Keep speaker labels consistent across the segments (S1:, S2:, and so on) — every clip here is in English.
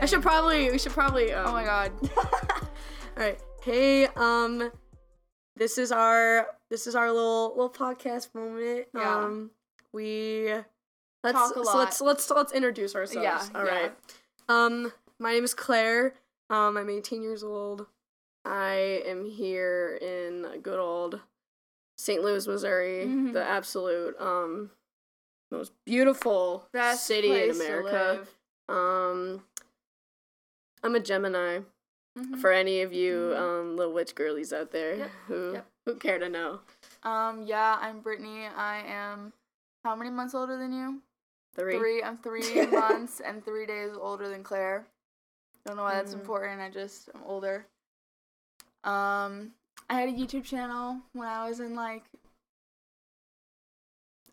S1: I should probably. We should probably. Oh my god. All right. Hey. Um. This is our. This is our little little podcast moment.
S2: Yeah.
S1: Um. We. Let's
S2: Talk a
S1: so let's
S2: lot.
S1: let's let's introduce ourselves.
S2: Yeah,
S1: All
S2: yeah.
S1: right. Um. My name is Claire. Um. I'm 18 years old. I am here in good old St. Louis, Missouri,
S2: Mhm.
S1: the absolute um most beautiful city in
S2: place to
S1: America.
S2: live.
S1: Um, I'm a Gemini.
S2: Mhm.
S1: For any of you
S2: Mhm.
S1: um, little witch girlies out there
S2: Yep,
S1: who
S2: yep.
S1: who care to know,
S2: Um, yeah, I'm Brittany. I am how many months older than you?
S1: three.
S2: I'm three months and three days older than Claire. Don't know why that's
S1: Mm.
S2: important. I just I'm older. Um, I had a YouTube channel when I was in like,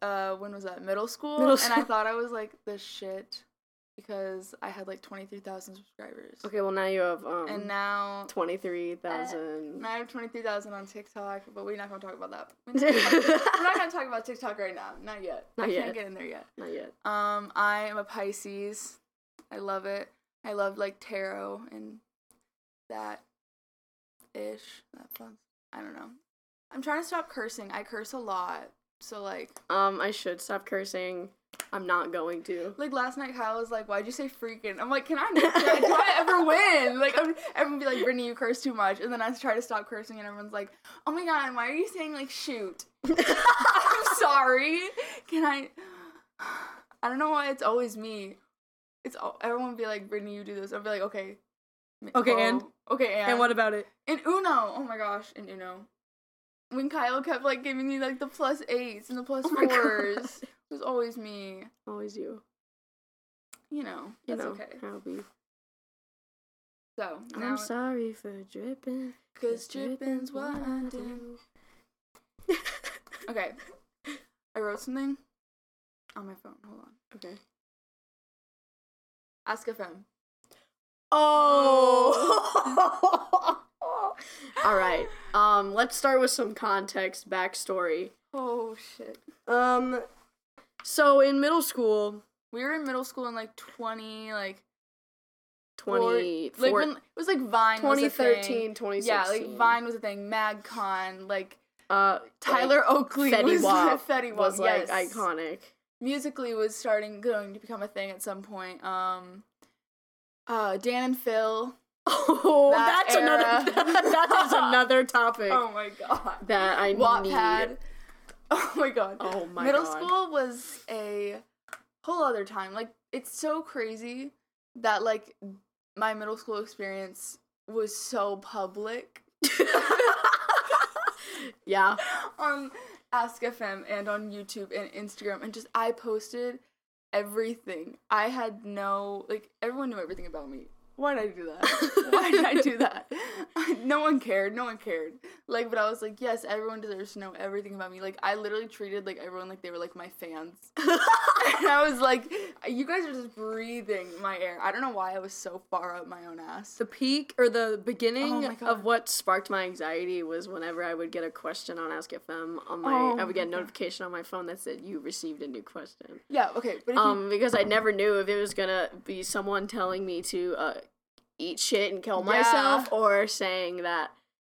S2: uh, when was that? Middle school.
S1: Middle
S2: And I
S1: school.
S2: thought I was like the shit because I had like twenty three thousand subscribers.
S1: Okay, well now you have um
S2: And now Uh,
S1: twenty three thousand.
S2: and I have 23,000 on TikTok, but we're not going to talk about that. We're not gonna talk- we're not going to talk about TikTok right now. Not yet.
S1: Not
S2: I
S1: yet.
S2: can't get in there yet.
S1: Not yet.
S2: Um, I am a Pisces. I love it. I love like tarot and that ish. That fun. I don't know. I'm trying to stop cursing. I curse a lot. So like
S1: Um, I should stop cursing. I'm not going to.
S2: like last night Kyle was like, Why'd you say freaking? I'm like, Can I do I ever win? Like I'm everyone be like, Brittany, you curse too much and then I try to stop cursing and everyone's like, Oh my god, why are you saying like shoot? I'm sorry. Can I? I don't know why it's always me. It's all, everyone would be like, Brittany, you do this. I'll be like, okay. M- oh,
S1: Okay, and?
S2: okay, and
S1: And what about it?
S2: And Uno. Oh my gosh, and Uno. When Kyle kept like giving me like the plus eights and the plus
S1: Oh
S2: fours,
S1: my
S2: it was always me.
S1: Always you.
S2: You know,
S1: You
S2: that's
S1: know
S2: okay.
S1: how it be.
S2: So now,
S1: I'm sorry for dripping.
S2: cause dripping's what I do. Okay, I wrote something on my phone. Hold on.
S1: okay.
S2: Ask FM.
S1: Oh. All right. Um, let's start with some context, backstory.
S2: Oh shit.
S1: Um, so in middle school,
S2: We were in middle school in like 20, like, four-
S1: 20,
S2: like
S1: four-
S2: when, it was like Vine. Was a
S1: 2013,
S2: thing.
S1: 2016.
S2: Yeah, like Vine was a thing. MagCon, like
S1: Uh,
S2: Tyler Oakley
S1: like, Fetty
S2: was
S1: Wap
S2: Fetty Wap,
S1: was like
S2: yes.
S1: iconic.
S2: Musically was starting going to become a thing at some point. Um, uh, Dan and Phil.
S1: Oh,
S2: That
S1: that's
S2: era.
S1: another. that is another topic
S2: Oh my god.
S1: that I
S2: Wattpad.
S1: need.
S2: Oh my god.
S1: Oh my
S2: middle
S1: god.
S2: school was a whole other time like it's so crazy that like my middle school experience was so public
S1: yeah.
S2: on ask fm and on youtube and instagram and just i posted everything i had no like everyone knew everything about me why did i do that why did i do that no one cared no one cared like but i was like yes everyone deserves to know everything about me like i literally treated like everyone like they were like my fans and I was like, you guys are just breathing my air. I don't know why I was so far up my own ass.
S1: The peak or the beginning
S2: Oh my God.
S1: of what sparked my anxiety was whenever I would get a question on Ask FM on my
S2: Oh
S1: I would get a
S2: my God.
S1: notification on my phone that said you received a new question.
S2: Yeah, okay, but if
S1: Um because I never knew if it was going to be someone telling me to uh eat shit and kill
S2: Yeah.
S1: myself or saying that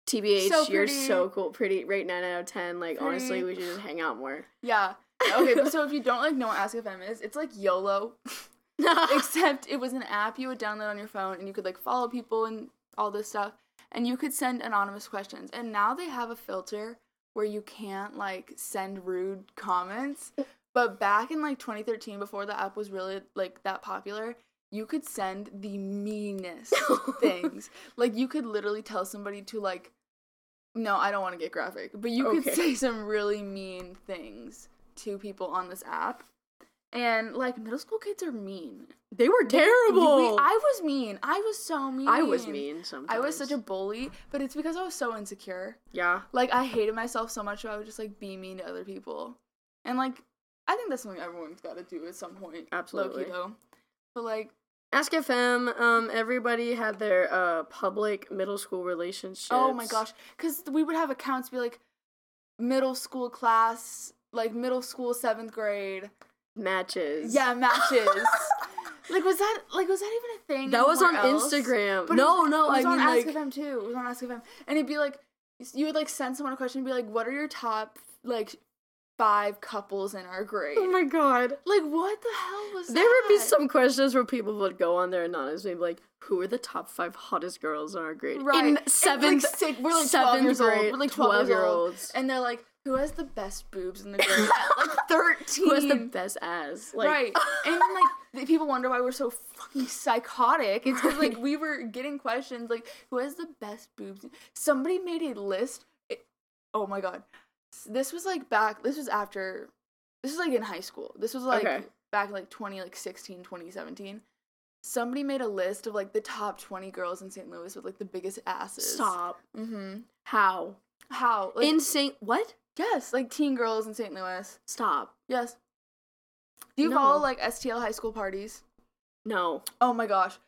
S1: TBH
S2: So
S1: you're
S2: pretty.
S1: so cool pretty rate 9 out of 10 like honestly
S2: Pretty.
S1: we should just hang out more.
S2: you, yeah, okay. But so if you don't like know what Ask FM is, it's like YOLO, except it was an app you would download on your phone, and you could like follow people and all this stuff, and you could send anonymous questions. And now they have a filter where you can't like send rude comments. But back in like 2013, before the app was really like that popular, you could send the meanest things. Like you could literally tell somebody to like no, I don't want to get graphic, but you
S1: Okay.
S2: could say some really mean things to people on this app. And like middle school kids are mean.
S1: they were
S2: We-
S1: terrible. I,
S2: I was mean. I was so mean.
S1: was mean sometimes.
S2: I was such a bully, but it's because I was so insecure.
S1: yeah.
S2: Like I hated myself so much, so I would just like be mean to other people. And like I think that's something everyone's got to do at some point.
S1: Absolutely.
S2: Low-key, though. But like
S1: Ask FM, um, everybody had their uh, public middle school relationships.
S2: Oh my gosh, because we would have accounts be like middle school class, like middle school seventh grade.
S1: Matches.
S2: Yeah, matches. Like was that like was that even a thing?
S1: That was on
S2: anywhere else?
S1: Instagram.
S2: But it
S1: no,
S2: was-
S1: no,
S2: it was
S1: I
S2: on
S1: mean
S2: Ask
S1: like
S2: FM too. It was on Ask FM, and it'd be like you would like send someone a question and be like, "What are your top like five couples in our grade?"
S1: Oh my god.
S2: like what the hell was
S1: There would be
S2: that?
S1: some questions where people would go on there anonymously, and be like, "Who are the top five hottest girls in our grade?"
S2: right
S1: In
S2: And,
S1: seventh,
S2: like, six, we're like twelve
S1: seventh
S2: years
S1: grade,
S2: old. We're like twelve, years old,
S1: olds.
S2: and they're like, "Who has the best boobs in the grade?" At, like thirteen.
S1: Who has the best ass? Like,
S2: right. and then, like, the people wonder why we're so fucking psychotic. It's 'cause, like,
S1: Right.
S2: we were getting questions like, who has the best boobs? Somebody made a list. It, oh my God. S- This was, like, back, this was after, this was, like, in high school. This was, like,
S1: Okay.
S2: back, in, like, 20, like, 16, 2017. Somebody made a list of, like, the top 20 girls in St. Louis with, like, the biggest asses.
S1: Stop.
S2: Mm-hmm.
S1: How?
S2: How? Like,
S1: in Saint what?
S2: yes, like, teen girls in St. Louis.
S1: Stop.
S2: Yes. Do you follow,
S1: No.
S2: like, STL high school parties?
S1: No.
S2: Oh my gosh.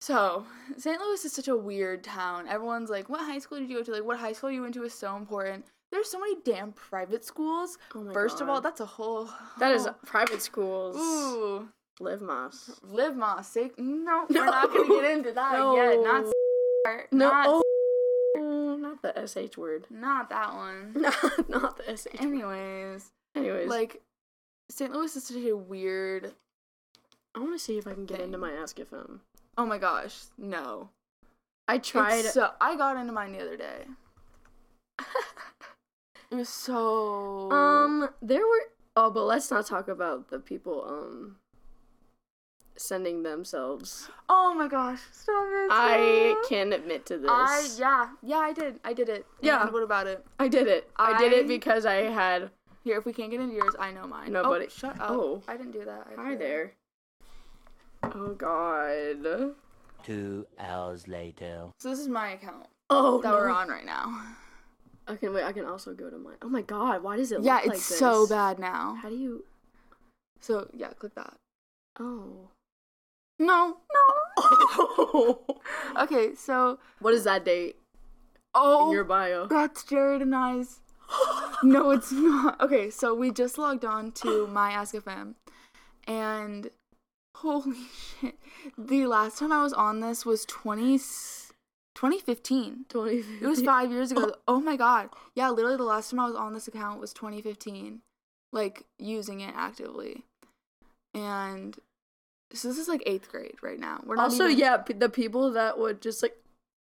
S2: So, St. Louis is such a weird town. Everyone's like, what high school did you go to? Like, what high school you went to is so important. There's so many damn private schools.
S1: Oh my
S2: First of all,
S1: God.
S2: that's a whole.
S1: that is private schools.
S2: Oh. Ooh.
S1: Live Moss.
S2: Live Ma. Sick. No, we're not going to
S1: No.
S2: get into that yet. Not.
S1: No.
S2: s-
S1: No.
S2: Not,
S1: oh, oh, not the sh word.
S2: not that one.
S1: Not, not the sh. word.
S2: Anyways,
S1: Anyways,
S2: like, St. Louis is such a weird.
S1: I want to see if I can get into
S2: thing.
S1: my Ask FM.
S2: Oh my gosh. No.
S1: I tried.
S2: It's So, I got into mine the other day. It was so.
S1: Um, there were. Oh, but let's not talk about the people um sending themselves.
S2: Oh my gosh, stop it!
S1: I
S2: stop.
S1: can admit to this.
S2: Uh, I yeah yeah I did I did it.
S1: Yeah.
S2: And what about it?
S1: I did it. I, did
S2: I-
S1: it because I had.
S2: Here, if we can't get into yours, I know mine.
S1: No,
S2: Oh,
S1: buddy.
S2: shut up.
S1: Oh.
S2: I didn't do that. I
S1: Hi
S2: did.
S1: there. Oh God.
S3: Two hours later.
S2: So this is my account
S1: Oh
S2: that
S1: no.
S2: we're on right now.
S1: I can wait. I can also go to mine. Oh my God. Why does it?
S2: yeah,
S1: look
S2: it's
S1: like this?
S2: so bad now.
S1: How do you?
S2: So yeah, click that.
S1: Oh.
S2: No
S1: Oh.
S2: no. Okay, so
S1: what is that date in
S2: oh,
S1: your bio?
S2: that's Jared and I's. No, it's not. Okay, so we just logged on to my Ask FM, and holy shit, the last time I was on this was 20, 2015.
S1: Twenty.
S2: It was five years ago. Oh my god, yeah, literally the last time I was on this account was twenty fifteen, like using it actively, and so this is like eighth grade right now. We're not
S1: Also,
S2: even-
S1: yeah, p- the people that would just like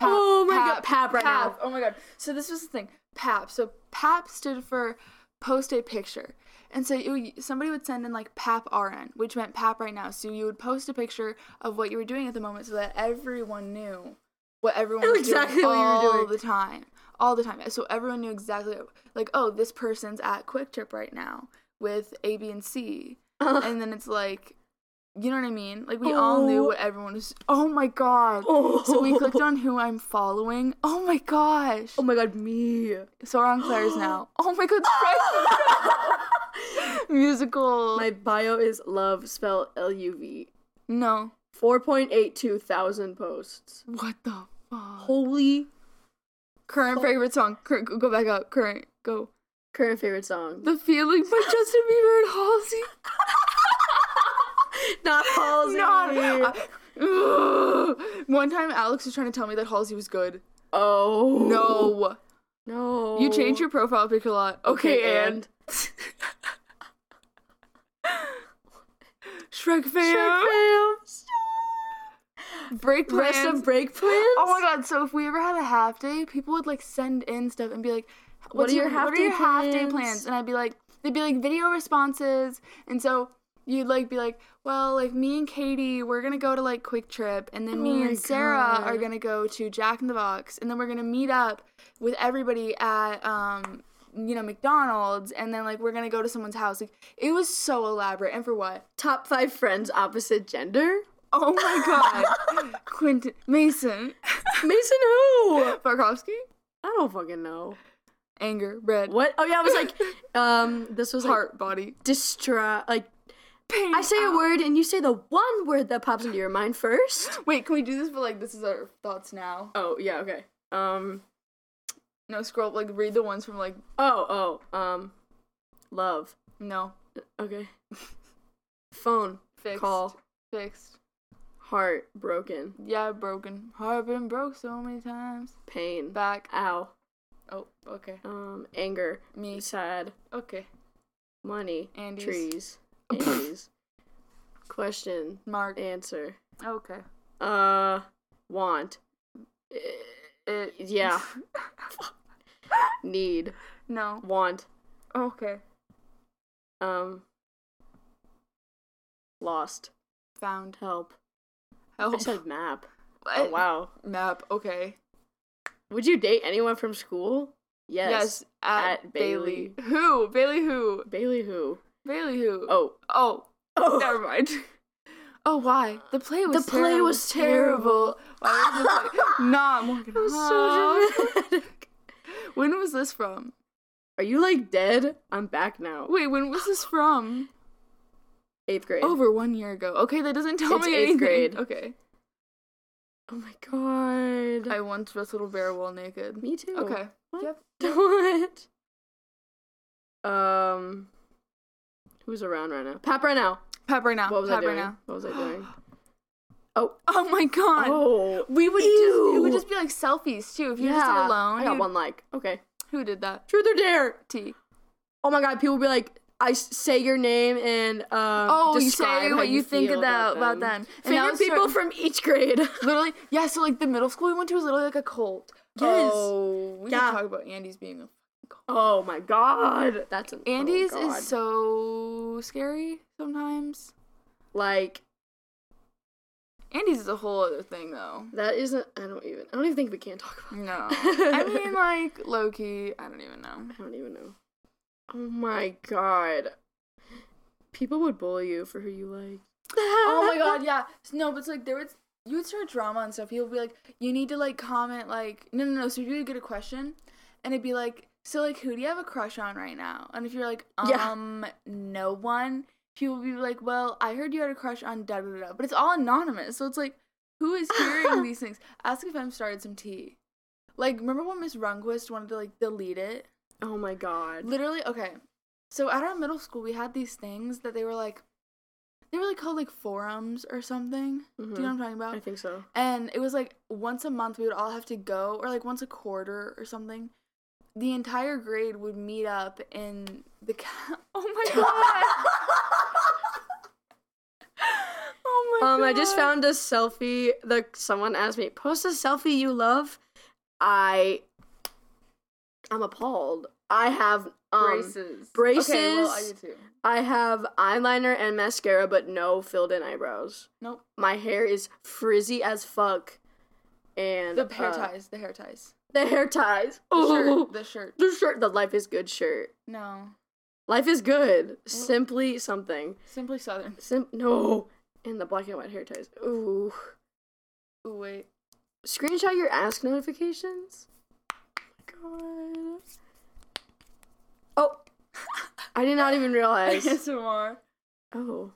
S2: Pap,
S1: Oh my God, Pap right
S2: Pap. Oh my god. So this was the thing. Pap. So Pap stood for post a picture. And so you, somebody would send in like Pap RN, which meant Pap right now. So you would post a picture of what you were doing at the moment so that everyone knew what everyone
S1: Knew
S2: was
S1: exactly
S2: doing
S1: what you were
S2: all
S1: doing.
S2: the time. All the time. So everyone knew exactly like, oh, this person's at Quick Trip right now with A, B, and C.
S1: Uh.
S2: And then it's like you know what I mean? Like we all knew
S1: Oh.
S2: what everyone was Oh my god.
S1: oh.
S2: So we clicked on who I'm following. Oh my gosh.
S1: Oh my god, me.
S2: So we're on Claire's now. Oh my god, surprise! musical.
S1: My bio is love spell L U V.
S2: no.
S1: Four point eight two thousand posts.
S2: What the fuck?
S1: Holy
S2: Current favorite song. Current, go- go back up. Current. Go.
S1: current favorite song.
S2: The Feeling by Justin Bieber and Halsey.
S1: Not Halsey.
S2: Not. Ugh. One time Alex was trying to tell me that Halsey was good.
S1: oh
S2: No.
S1: no.
S2: You changed your profile pic a lot. Okay,
S1: Okay,
S2: and. Shrek fam. Break
S1: Rest
S2: plans.
S1: of break plans.
S2: Oh my god! So if we ever had a half day, people would like send in stuff and be like, "What's
S1: are your half
S2: what are
S1: day
S2: your half day
S1: plans?"
S2: plans?" And I'd be like, "They'd be like video responses." And so you'd like be like, "Well, like me and Katie, we're gonna go to like Quick Trip, and then
S1: Oh
S2: me
S1: my
S2: and Sarah are
S1: God.
S2: gonna go to Jack in the Box, and then we're gonna meet up with everybody at um." You know, McDonald's, and then like we're gonna go to someone's house. Like, it was so elaborate. And for what?
S1: Top five friends opposite gender.
S2: Oh my god, Quentin Mason
S1: Mason who?
S2: Farkovsky.
S1: I don't fucking know.
S2: anger, red,
S1: What? Oh yeah, I was like, um, this was like,
S2: heart, body,
S1: distra like
S2: pain.
S1: I say a
S2: out.
S1: word and you say the one word that pops into your mind first.
S2: Wait, can we do this? But like, this is our thoughts now.
S1: Oh yeah, okay. Um
S2: No, scroll. Like, read the ones from like.
S1: oh oh um love.
S2: No,
S1: Okay. Phone
S2: fixed.
S1: call
S2: Fixed.
S1: Heart broken.
S2: Yeah, broken. Heart been broke so many times.
S1: Pain.
S2: Back.
S1: Ow.
S2: Oh, okay.
S1: Um, anger.
S2: Me.
S1: Sad.
S2: Okay.
S1: Money.
S2: Andy's.
S1: Trees. Andes. Question.
S2: Mark.
S1: Answer.
S2: Okay.
S1: Uh, want. Eh,
S2: It.
S1: Yeah. Need.
S2: no.
S1: Want.
S2: Okay.
S1: Um. Lost.
S2: Found.
S1: Help. I
S2: Help.
S1: said map.
S2: What?
S1: Oh, wow.
S2: Map. Okay.
S1: Would you date anyone from school? Yes.
S2: Yes. at,
S1: at
S2: Bailey. Who? Bailey who?
S1: Bailey who?
S2: Bailey who?
S1: Oh.
S2: Oh.
S1: Oh.
S2: Never mind. Oh, why? The play was
S1: play
S2: terrible.
S1: was terrible.
S2: Why was the play? nah, Morgan.
S1: That was
S2: Howe.
S1: so dramatic.
S2: When was this from?
S1: Are you like dead? I'm back now.
S2: Wait, when was this from?
S1: Eighth grade.
S2: Over one year ago. Okay, that doesn't tell
S1: It's
S2: me
S1: eighth
S2: anything.
S1: grade.
S2: Okay.
S1: Oh my god.
S2: I once dressed little bear while naked.
S1: Me too.
S2: Okay.
S1: What?
S2: Yep.
S1: What? Um. Who's around right now? Pap right now.
S2: Pap right now.
S1: What was
S2: Pap
S1: I doing?
S2: right now.
S1: What was I doing? Oh.
S2: Oh my god.
S1: Oh.
S2: We would just it
S1: Ew.
S2: would just be like selfies too. If you're just like, alone.
S1: I got
S2: you'd-
S1: one like. Okay.
S2: Who did that?
S1: Truth or dare?
S2: T.
S1: Oh my god, people be like, I s- say your name and um.
S2: Oh, you
S1: describe
S2: say
S1: how
S2: what you think
S1: feel
S2: about about them. And that
S1: Favorite
S2: was
S1: people
S2: certain-
S1: from each grade.
S2: literally yeah. So like the middle school we went to was literally like a cult.
S1: Oh,
S2: we
S1: yeah.
S2: should talk about Andy's being a.
S1: Oh my god. That's an,
S2: Andy's
S1: oh God.
S2: is so scary sometimes.
S1: like
S2: Andy's is a whole other thing though.
S1: that isn't. I don't even. I don't even think we can talk about.
S2: No, I mean like low key. I don't even know.
S1: I don't even know. Oh my god. People would bully you for who you like.
S2: oh my god, yeah. No, but it's like there was you would start drama and stuff. People would be like, you need to like comment like no no no. So you would get a question, and it'd be like, so like who do you have a crush on right now? And if you're like,
S1: Yeah.
S2: um, no one. People would be like, well, I heard you had a crush on da da da. da," But it's all anonymous, so it's like, who is hearing these things? Ask if I'm started some tea. Like, remember when Miss Runquist wanted to like delete it?
S1: Oh my god.
S2: Literally, okay. So at our middle school, we had these things that they were like, they were like called like forums or something. Do you know what I'm talking
S1: Mm-hmm. I
S2: about?
S1: think so.
S2: And it was like once a month we would all have to go, or like once a quarter or something. The entire grade would meet up in the. Ca- oh my god! oh my
S1: Um,
S2: god!
S1: I just found a selfie. The someone asked me, "Post a selfie you love." I, I'm appalled. I have um,
S2: braces. Okay, well, I
S1: braces.
S2: did too.
S1: I have eyeliner and mascara, but no filled-in eyebrows.
S2: Nope.
S1: My hair is frizzy as fuck, and
S2: The hair
S1: uh,
S2: ties. The hair ties.
S1: The hair ties.
S2: The
S1: Oh,
S2: shirt. The shirt.
S1: the shirt. The life is good shirt.
S2: No.
S1: Life is
S2: Oh.
S1: good. Simply something.
S2: Simply Southern.
S1: Sim. No. And the black and white hair ties. Ooh.
S2: Ooh, wait.
S1: Screenshot your ask notifications. Oh my god. Oh. I did not even realize.
S2: ASMR.
S1: Oh.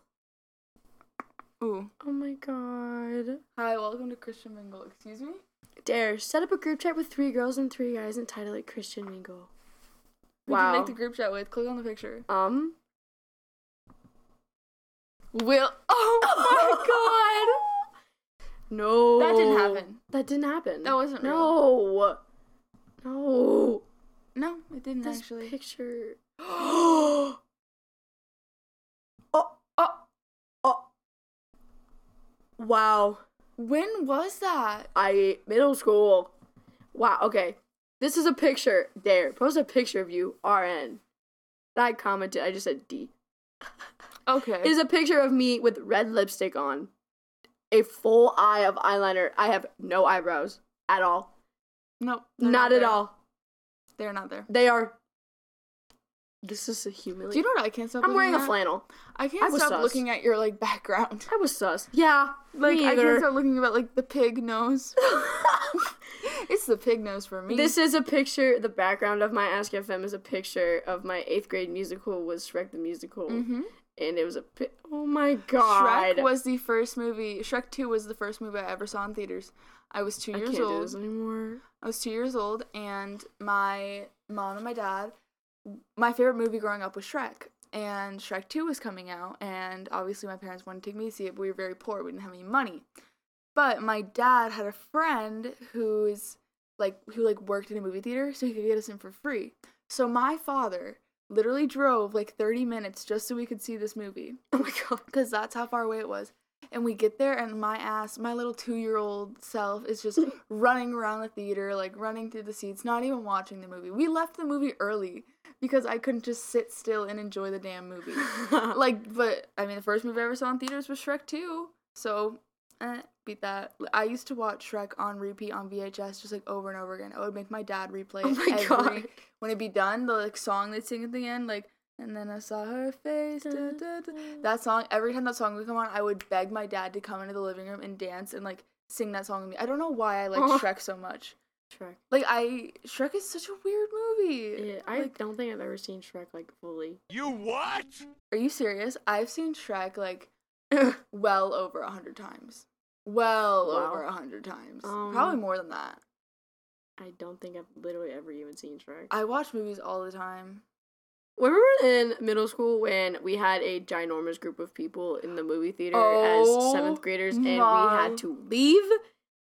S2: Ooh.
S1: Oh my god.
S2: Hi, welcome to Christian Mingle. Excuse me?
S1: Dare set up a group chat with three girls and three guys and title it Christian Mingle.
S2: Who do you
S1: Wow.
S2: make the group chat with? Click on the picture.
S1: um.
S2: Will. Oh
S1: No.
S2: That didn't happen.
S1: That didn't happen.
S2: That wasn't
S1: No.
S2: my
S1: No.
S2: god! No, it didn't
S1: This
S2: actually.
S1: picture.
S2: oh, oh.
S1: Oh. Wow.
S2: When was that?
S1: I middle school. Wow. Okay. This is a picture. There. Post a picture of you. RN. That I commented. I just said D.
S2: Okay.
S1: Is a picture of me with red lipstick on, a full eye of eyeliner. I have no eyebrows at all.
S2: no.
S1: Not,
S2: they're
S1: at
S2: there.
S1: all.
S2: They're not there.
S1: They are. This is a humiliating.
S2: Do you know what I can't stop
S1: I'm
S2: looking
S1: wearing a
S2: at?
S1: flannel.
S2: I
S1: I
S2: can't
S1: was
S2: stop
S1: sus.
S2: looking at your like background.
S1: I was sus. Yeah.
S2: Like
S1: me
S2: I
S1: either.
S2: can't stop looking about like the pig nose. it's the pig nose for me.
S1: This is a picture. The background of my Ask FM is a picture of my eighth grade musical was Shrek the Musical,
S2: Mhm.
S1: and it was a. Pi- oh my god!
S2: Shrek was the first movie. Shrek Two was the first movie I ever saw in theaters. I was two
S1: I
S2: years
S1: can't do this
S2: old.
S1: anymore.
S2: I was two years old, and my mom and my dad, my favorite movie growing up was Shrek. and Shrek 2 was coming out, and obviously my parents wanted to take me to see it, but we were very poor. We didn't have any money. But my dad had a friend who's like who like worked in a movie theater, so he could get us in for free. So my father literally drove like 30 minutes just so we could see this movie
S1: Oh my god.
S2: because that's how far away it was. And we get there, and my ass, my little two year old self, is just running around the theater, like running through the seats, not even watching the movie. We left the movie early because I couldn't just sit still and enjoy the damn movie. like, but I mean, the first movie I ever saw in theaters was Shrek 2. So, eh, beat that. I used to watch Shrek on repeat on VHS just like over and over again. I would make my dad replay
S1: Oh
S2: it
S1: my
S2: every
S1: god.
S2: when it be done, the like song they sing at the end, like and then I saw her face. da, da, da." That song, every time that song would come on, I would beg my dad to come into the living room and dance and like sing that song with me. I don't know why I like
S1: Oh.
S2: Shrek so much.
S1: Shrek.
S2: Like I Shrek is such a weird movie.
S1: Yeah, I
S2: Like-
S1: don't think I've ever seen Shrek like fully.
S3: You what?
S2: Are you serious? I've seen Shrek like well over a hundred times. Well
S1: Wow.
S2: over a hundred times.
S1: Um,
S2: Probably more than that.
S1: I don't think I've literally ever even seen Shrek.
S2: I watch movies all the time.
S1: When we were in middle school, when we had a ginormous group of people in the movie theater
S2: Oh
S1: as seventh graders, and we
S2: my-
S1: had to leave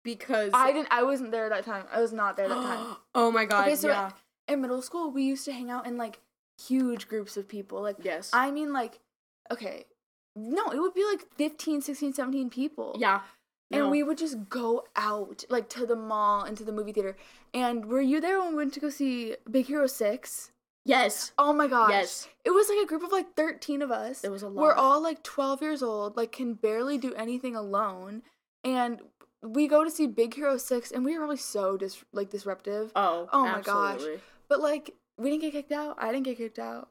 S1: because
S2: I didn't. I wasn't there that time. I was not there that time.
S1: oh my god!
S2: Okay, so
S1: yeah.
S2: in middle school we used to hang out in like huge groups of people like
S1: Yes.
S2: i mean like okay no it would be like 15 16 17 people
S1: yeah.
S2: and
S1: No.
S2: we would just go out like to the mall and to the movie theater and were you there when we went to go see big hero 6
S1: yes.
S2: oh my gosh
S1: Yes.
S2: it was like a group of like 13 of us
S1: It was a lot.
S2: we're all like 12 years old like can barely do anything alone and we go to see big hero 6 and we were probably so dis- like disruptive
S1: Oh.
S2: Oh my gosh.
S1: absolutely.
S2: but like, we didn't get kicked out. I didn't get kicked out.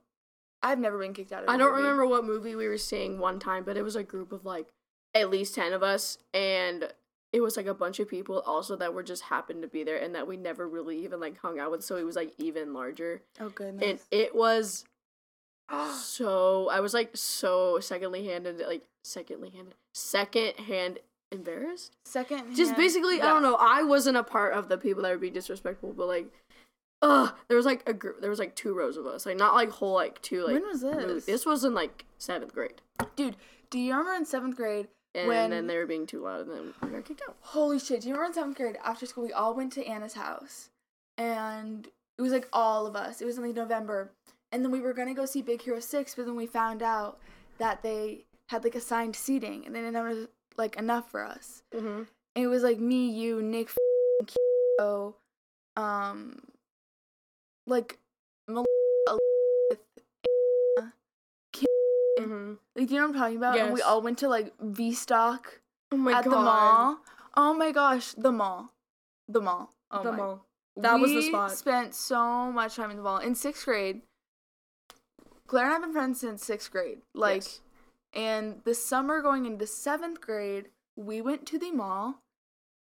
S2: I've never been kicked out. Of a
S1: I don't
S2: movie.
S1: remember what movie we were seeing one time, but it was a group of like at least 10 of us and it was like a bunch of people also that were just happened to be there and that we never really even like hung out with, so it was like even larger.
S2: Oh
S1: And
S2: goodness.
S1: it was so I was like so secondly handed like secondly handed second hand embarrassed.
S2: Second.
S1: Just
S2: hand-
S1: basically I
S2: Yeah.
S1: don't know, I wasn't a part of the people that would be disrespectful, but like Ugh, there was like a group. There was like two rows of us, like not like whole like two like.
S2: When was
S1: rows.
S2: this?
S1: This was in like seventh grade.
S2: Dude, do you remember in seventh grade?
S1: and
S2: when-
S1: then they were being too loud, and then we got kicked out.
S2: Holy shit! Do you remember in seventh grade after school we all went to Anna's house, and it was like all of us. It was in like November, and then we were gonna go see Big Hero Six, but then we found out that they had like assigned seating, and they didn't have like enough for us.
S1: Mm-hmm.
S2: And it was like me, you, Nick, Kiko, um, like Mel- Elizabeth, Anna, Kim.
S1: Mm-hmm.
S2: Like, do you know what I'm talking about? And we
S1: Yes.
S2: all went to like V Stock
S1: Oh my
S2: at the mall. Oh my gosh, the mall, the mall, oh
S1: the
S2: my.
S1: mall. That was the
S2: We
S1: spot.
S2: Spent so much time in the mall in sixth grade. Claire and I've been friends since sixth grade. Like,
S1: Yes.
S2: and the summer going into seventh grade, we went to the mall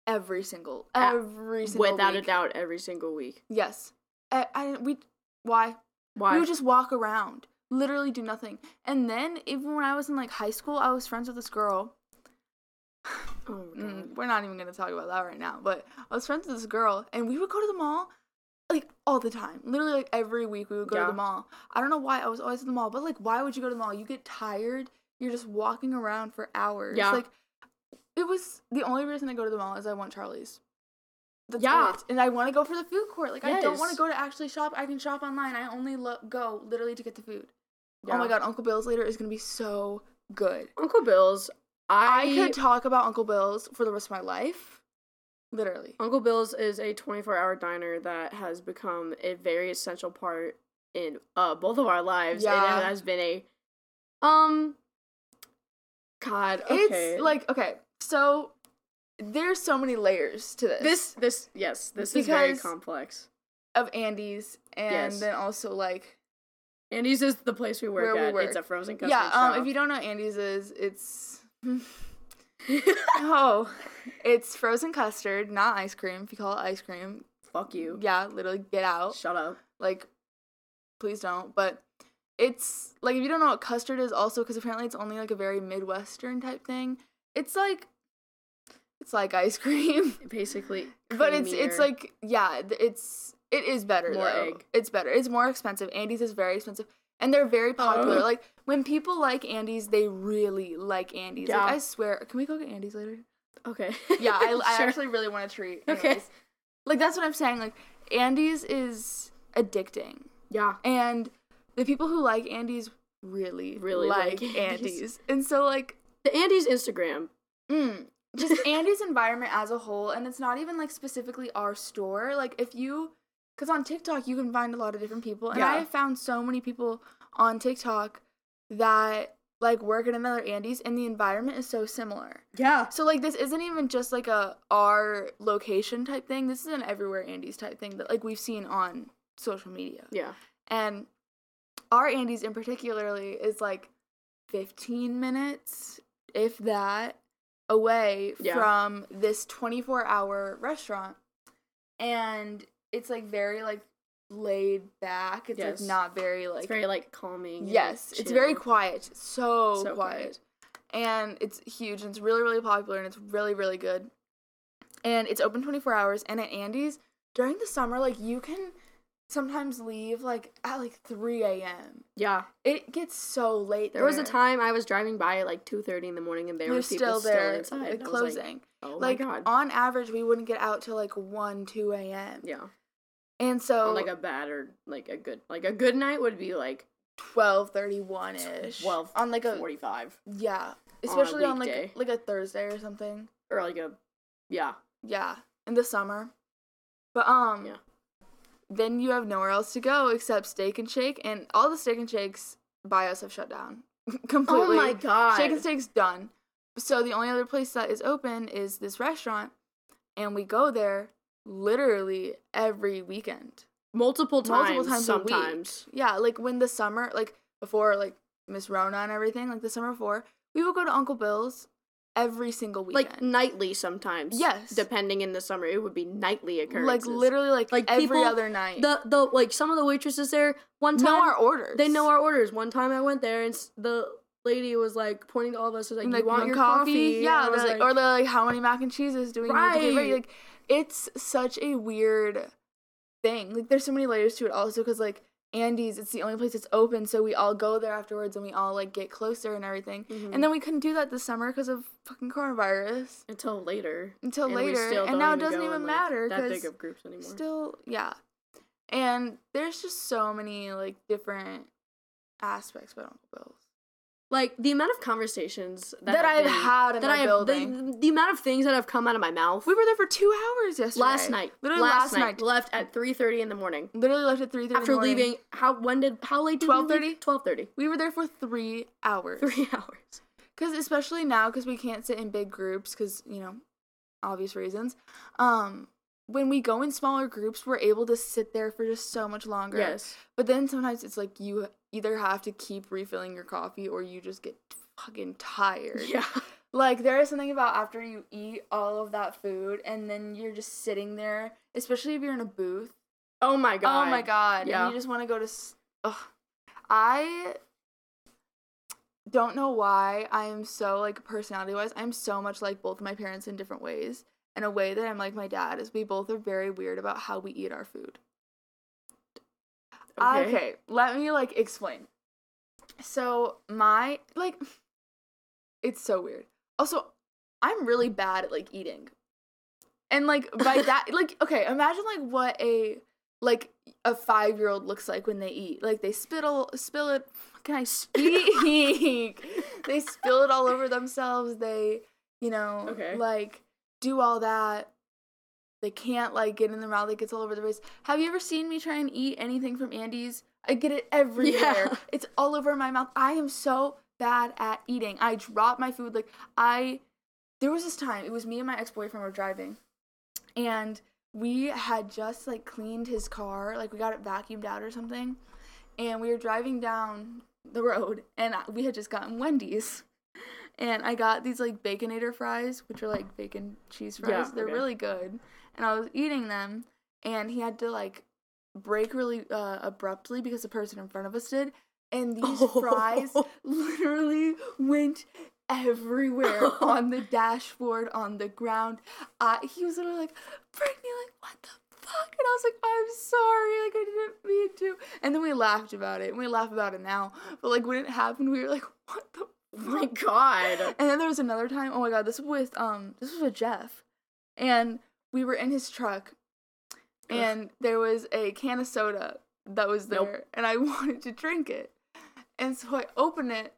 S2: every single
S1: A-
S2: every single
S1: without a
S2: week.
S1: doubt, every single week.
S2: Yes, I, I didn't- we why
S1: Why?
S2: we would just walk around, literally do nothing. And then even when I was in like high school, I was friends with this girl.
S1: oh my
S2: Mm,
S1: God.
S2: we're not even gonna talk about that right now. But I was friends with this girl, and we would go to the mall like all the time. Literally, like every week we would go to
S1: Yeah.
S2: the mall. I don't know why I was always at the mall, but like, why would you go to the mall? You get tired. You're just walking around for hours.
S1: Yeah.
S2: Like, it was the only reason I go to the mall is I want Charlie's. That's
S1: Yeah.
S2: it. And I want to go for the food court. Like, I don't want to
S1: Yes.
S2: go to actually shop. I can shop online. I only lo- go literally to get the food. Oh my
S1: Yeah.
S2: god, Uncle Bill's later is gonna be so good.
S1: Uncle Bill's. I,
S2: I could talk about Uncle Bill's for the rest of my life. Literally.
S1: Uncle Bill's is a 24-hour diner that has become a very essential part in uh, both of our lives,
S2: Yeah.
S1: and it has been a um. God, okay.
S2: It's like, okay, so there's so many layers to this.
S1: this. This yes, this is very
S2: Because-
S1: complex.
S2: of Andy's and
S1: Yes.
S2: then also like
S1: Andy's is the place we work
S2: Where we
S1: at.
S2: work.
S1: It's a frozen custard
S2: Yeah,
S1: shop.
S2: um if you don't know what Andy's is, it's Oh. It's frozen custard, not ice cream. If you call it ice cream,
S1: Fuck you.
S2: yeah, literally get out.
S1: Shut up.
S2: Like, please don't. But it's like if you don't know what custard is, also because apparently it's only like a very midwestern type thing. It's like it's like ice cream,
S1: Basically,
S2: but it's it's
S1: creamier.
S2: like yeah, th- it's it is better
S1: More
S2: though.
S1: egg.
S2: It's better. It's more expensive. Andy's is very expensive. and they're very popular.
S1: Oh.
S2: Like when people like Andes, they really like Andes.
S1: Yeah.
S2: Like I swear. Can we go get Andes later?
S1: Okay.
S2: Yeah, I, I
S1: Sure.
S2: actually really want a treat.
S1: Okay.
S2: Anyways. Like that's what I'm saying. Like Andes is addicting,
S1: Yeah.
S2: and the people who like Andes really,
S1: Really
S2: like,
S1: like
S2: Andes.
S1: Andes.
S2: And so like,
S1: The Andy's Instagram.
S2: mm, just Andes environment as a whole, and it's not even like specifically our store. Like if you, because on TikTok you can find a lot of different people, and I
S1: Yeah.
S2: have found so many people on TikTok that like work at another Andes, and the environment is so similar.
S1: Yeah.
S2: So like this isn't even just like a our location type thing. This is an everywhere Andes type thing that like we've seen on social media.
S1: Yeah.
S2: And our Andes in particularly is like 15 minutes, if that, away
S1: Yeah.
S2: from this 24 hour restaurant. And it's like very like laid back. It's
S1: Yes.
S2: like not very like
S1: It's very like calming. and, like,
S2: Yes, it's very
S1: chill.
S2: quiet, so,
S1: So
S2: quiet. and it's huge and it's really really popular and it's really really good. And it's open 24 hours. And at Andy's during the summer, like you can sometimes leave like at like 3 a.m.
S1: Yeah.
S2: It gets so late.
S1: There was a time I was driving by at like two thirty in the morning, and there
S2: they're
S1: were people
S2: still there,
S1: still inside.
S2: like
S1: and I was
S2: closing.
S1: Like, oh
S2: like
S1: my god.
S2: on average, we wouldn't get out till like 1 2 a.m.
S1: yeah.
S2: And so
S1: on like a bad or like a good like a good night would be like
S2: 12 31 ish.
S1: twelve
S2: on like a
S1: forty five
S2: yeah,
S1: a
S2: especially on like
S1: weekday.
S2: like a Thursday or something.
S1: or like a yeah
S2: Yeah, in the summer. But um
S1: Yeah.
S2: then you have nowhere else to go except Steak and Shake and all the Steak and Shakes by us have shut down completely.
S1: Oh god
S2: Shake and Steak's done. So the only other place that is open is this restaurant and we go there literally every weekend.
S1: multiple times
S2: Multiple times a week.
S1: sometimes
S2: Yeah, like when the summer, like before like Miss Rona and everything, like the summer before, we would go to Uncle Bill's every single weekend.
S1: like nightly sometimes
S2: Yes.
S1: depending in the summer it would be nightly
S2: like
S1: occurrences
S2: literally like,
S1: Like,
S2: every
S1: people-
S2: other night.
S1: the the like some of the waitresses there one time
S2: know our orders.
S1: they know our orders one time I went there and s- the lady was like pointing to all of us was like,
S2: And,
S1: you want
S2: one
S1: your coffee, And
S2: Yeah,
S1: I
S2: they're
S1: was
S2: like, or they're like, how many mac and cheeses do we need to get ready?
S1: Right.
S2: Like, it's such a weird thing. Like, there's so many layers to it, also because like Andy's, it's the only place that's open, so we all go there afterwards and we all like get closer and everything.
S1: Mhm.
S2: And then we couldn't do that this summer because of fucking coronavirus
S1: until later
S2: until
S1: And we
S2: later,
S1: still
S2: and
S1: don't
S2: now it doesn't
S1: go
S2: even
S1: in, like,
S2: matter
S1: that
S2: because
S1: big of groups anymore
S2: still yeah and there's just so many like different aspects about uncle bill's
S1: like the amount of conversations that,
S2: that, i've
S1: been-
S2: had in
S1: that
S2: that
S1: I have,
S2: building
S1: the, the amount of things that have come out of my mouth
S2: We were there for two hours yesterday.
S1: last night.
S2: Literally last
S1: last, night,
S2: night.
S1: Left at three thirty in the morning.
S2: Literally left at three thirty.
S1: After leaving, how when did how late did we
S2: 12:30?
S1: leave? Twelve thirty.
S2: we were there for three hours.
S1: Three hours.
S2: Because especially now, because we can't sit in big groups, because you know, obvious reasons. Um, when we go in smaller groups, we're able to sit there for just so much longer.
S1: Yes.
S2: But then sometimes it's like you either have to keep refilling your coffee, or you just get fucking tired.
S1: Yeah.
S2: Like there is something about after you eat all of that food, and then you're just sitting there, especially if you're in a booth.
S1: Oh my god.
S2: Oh my god!
S1: Yeah.
S2: And you just want to go to. s- Ugh. I don't know why I am so like personality wise. I'm so much like both my parents in different ways. And a way that I'm like my dad is we both are very weird about how we eat our food. Okay,
S1: Okay.
S2: let me like explain. So my like, it's so weird. Also, I'm really bad at like eating, and like by that like okay, imagine like what a like a five year old looks like when they eat. Like they spittle spill it. Can I speak? they spill it all over themselves. They you know
S1: Okay.
S2: like do all that. They can't like get in their mouth. It gets all over the place. Have you ever seen me try and eat anything from Andy's? I get it everywhere.
S1: Yeah.
S2: It's all over my mouth. I am so bad at eating. I drop my food. Like I, there was this time. It was me and my ex boyfriend were driving, and we had just like cleaned his car. Like we got it vacuumed out or something, and we were driving down the road, and I- we had just gotten Wendy's. And I got these like baconator fries, which are like bacon cheese fries.
S1: Yeah,
S2: They're
S1: okay.
S2: really good. And I was eating them, and he had to like break really uh, abruptly because the person in front of us did. And these fries
S1: Oh
S2: literally went everywhere on the dashboard, on the ground. I, he was literally like, Brittany, like, what the fuck? And I was like, I'm sorry, like, I didn't mean to. And then we laughed about it. And we laugh about it now. But like when it happened, we were like, what the
S1: my god.
S2: and then there was another time. Oh my god, this was with um, this was with Jeff, and we were in his truck, and there was a can of soda that was there,
S1: Nope.
S2: and I wanted to drink it, and so I opened it,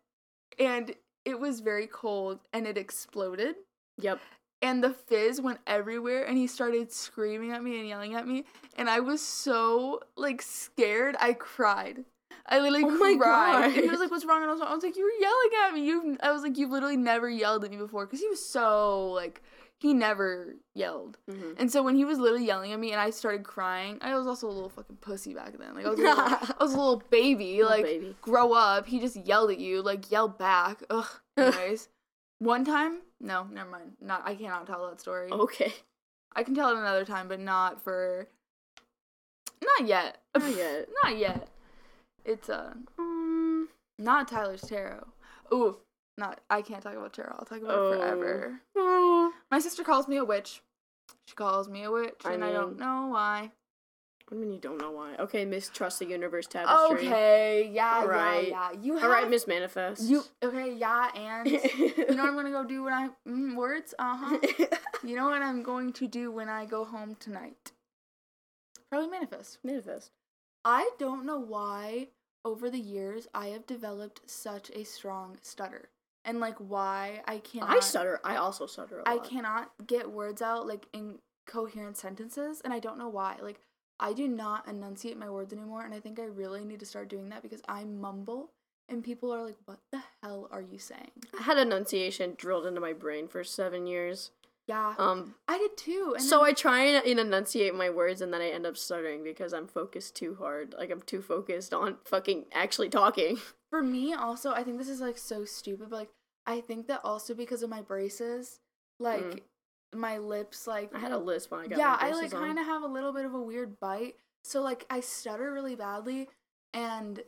S2: and it was very cold, and it exploded,
S1: Yep.
S2: and the fizz went everywhere, and he started screaming at me and yelling at me, and I was so like scared, I cried. I literally
S1: Oh my
S2: cried. And he
S1: God.
S2: was like, "What's wrong?" And I was, I was like, "You were yelling at me." You, I was like, "You've literally never yelled at me before," because he was so like, he never yelled.
S1: Mhm.
S2: And so when he was literally yelling at me, and I started crying, I was also a little fucking pussy back then. Like I was, a little, I was a little baby.
S1: Little
S2: like
S1: baby.
S2: grow up. He just yelled at you. Like yell back. Ugh. Anyways, one time, no, never mind. Not I cannot tell that story.
S1: Okay.
S2: I can tell it another time, but not for. Not yet.
S1: Not yet.
S2: not yet. It's uh
S1: Um,
S2: not Tyler's tarot. Ooh, not I can't talk about tarot. I'll talk about it
S1: Oh.
S2: forever.
S1: oh,
S2: My sister calls me a witch. She calls me a witch,
S1: I
S2: and I don't
S1: mean-
S2: know why.
S1: I mean, you don't know why. Okay, Mistrust the Universe Tapestry.
S2: Okay, yeah, yeah,
S1: Alright.
S2: yeah. You have
S1: All right, Miss Manifest.
S2: you okay? Yeah, and you know what I'm gonna go do when I mm, words. Uh huh. you know what I'm going to do when I go home tonight? Probably manifest.
S1: Manifest.
S2: I don't know why over the years I have developed such a strong stutter. And like why I cannot
S1: I stutter. I also stutter a
S2: I
S1: lot.
S2: cannot get words out like in coherent sentences and I don't know why. Like I do not enunciate my words anymore and I think I really need to start doing that because I mumble and people are like what the hell are you saying?
S1: I had enunciation drilled into my brain for seven years.
S2: Yeah.
S1: Um,
S2: I did too. Oh, And
S1: so
S2: then-
S1: I try and, and enunciate my words, and then I end up stuttering because I'm focused too hard. Like I'm too focused on fucking actually talking.
S2: for me also i think this is like so stupid but like i think that also because of my braces like
S1: Mm.
S2: my lips like
S1: I had a lisp when I got
S2: yeah
S1: my
S2: i like
S1: braces on.
S2: kind of have a little bit of a weird bite so like i stutter really badly and